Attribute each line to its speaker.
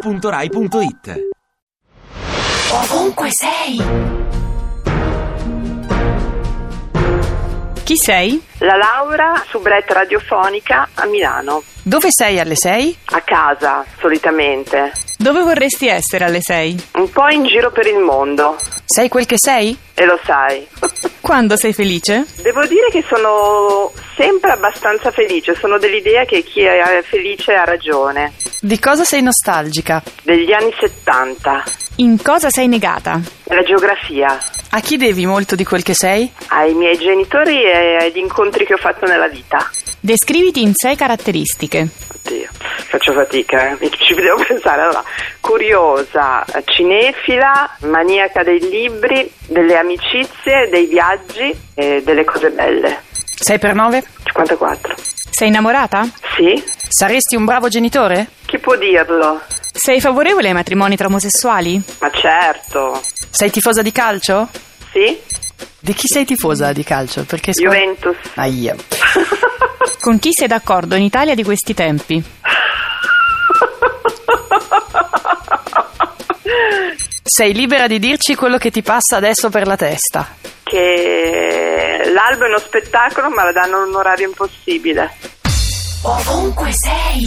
Speaker 1: radio2pod.rai.it
Speaker 2: Ovunque sei!
Speaker 3: Chi sei?
Speaker 4: La Laura, soubrette radiofonica a Milano,
Speaker 3: Dove sei alle 6?
Speaker 4: a casa solitamente,
Speaker 3: Dove vorresti essere alle 6?
Speaker 4: un po' in giro per il mondo,
Speaker 3: Sei quel che sei?
Speaker 4: e lo sai.
Speaker 3: Quando sei felice?
Speaker 4: Devo dire che sono sempre abbastanza felice, sono dell'idea che chi è felice ha ragione.
Speaker 3: Di cosa sei nostalgica?
Speaker 4: Degli anni 70,
Speaker 3: In cosa sei negata?
Speaker 4: la geografia,
Speaker 3: A chi devi molto di quel che sei?
Speaker 4: ai miei genitori e agli incontri che ho fatto nella vita.
Speaker 3: Descriviti in sei caratteristiche.
Speaker 4: Oddio, faccio fatica, eh. ci devo pensare. Allora, curiosa, cinefila, maniaca dei libri, delle amicizie, dei viaggi e delle cose belle.
Speaker 3: 6 per 9?
Speaker 4: 54.
Speaker 3: Sei innamorata?
Speaker 4: Sì?
Speaker 3: Saresti un bravo genitore?
Speaker 4: Chi può dirlo?
Speaker 3: Sei favorevole ai matrimoni tra omosessuali?
Speaker 4: Ma certo.
Speaker 3: Sei tifosa di calcio?
Speaker 4: Sì?
Speaker 5: Di chi sei tifosa di calcio? Perché scu-
Speaker 4: Juventus.
Speaker 5: Ahia.
Speaker 3: Con chi sei d'accordo in Italia di questi tempi?
Speaker 5: Sei libera di dirci quello che ti passa adesso per la testa.
Speaker 4: che l'alba è uno spettacolo, ma la danno in un orario impossibile.
Speaker 2: Ovunque sei!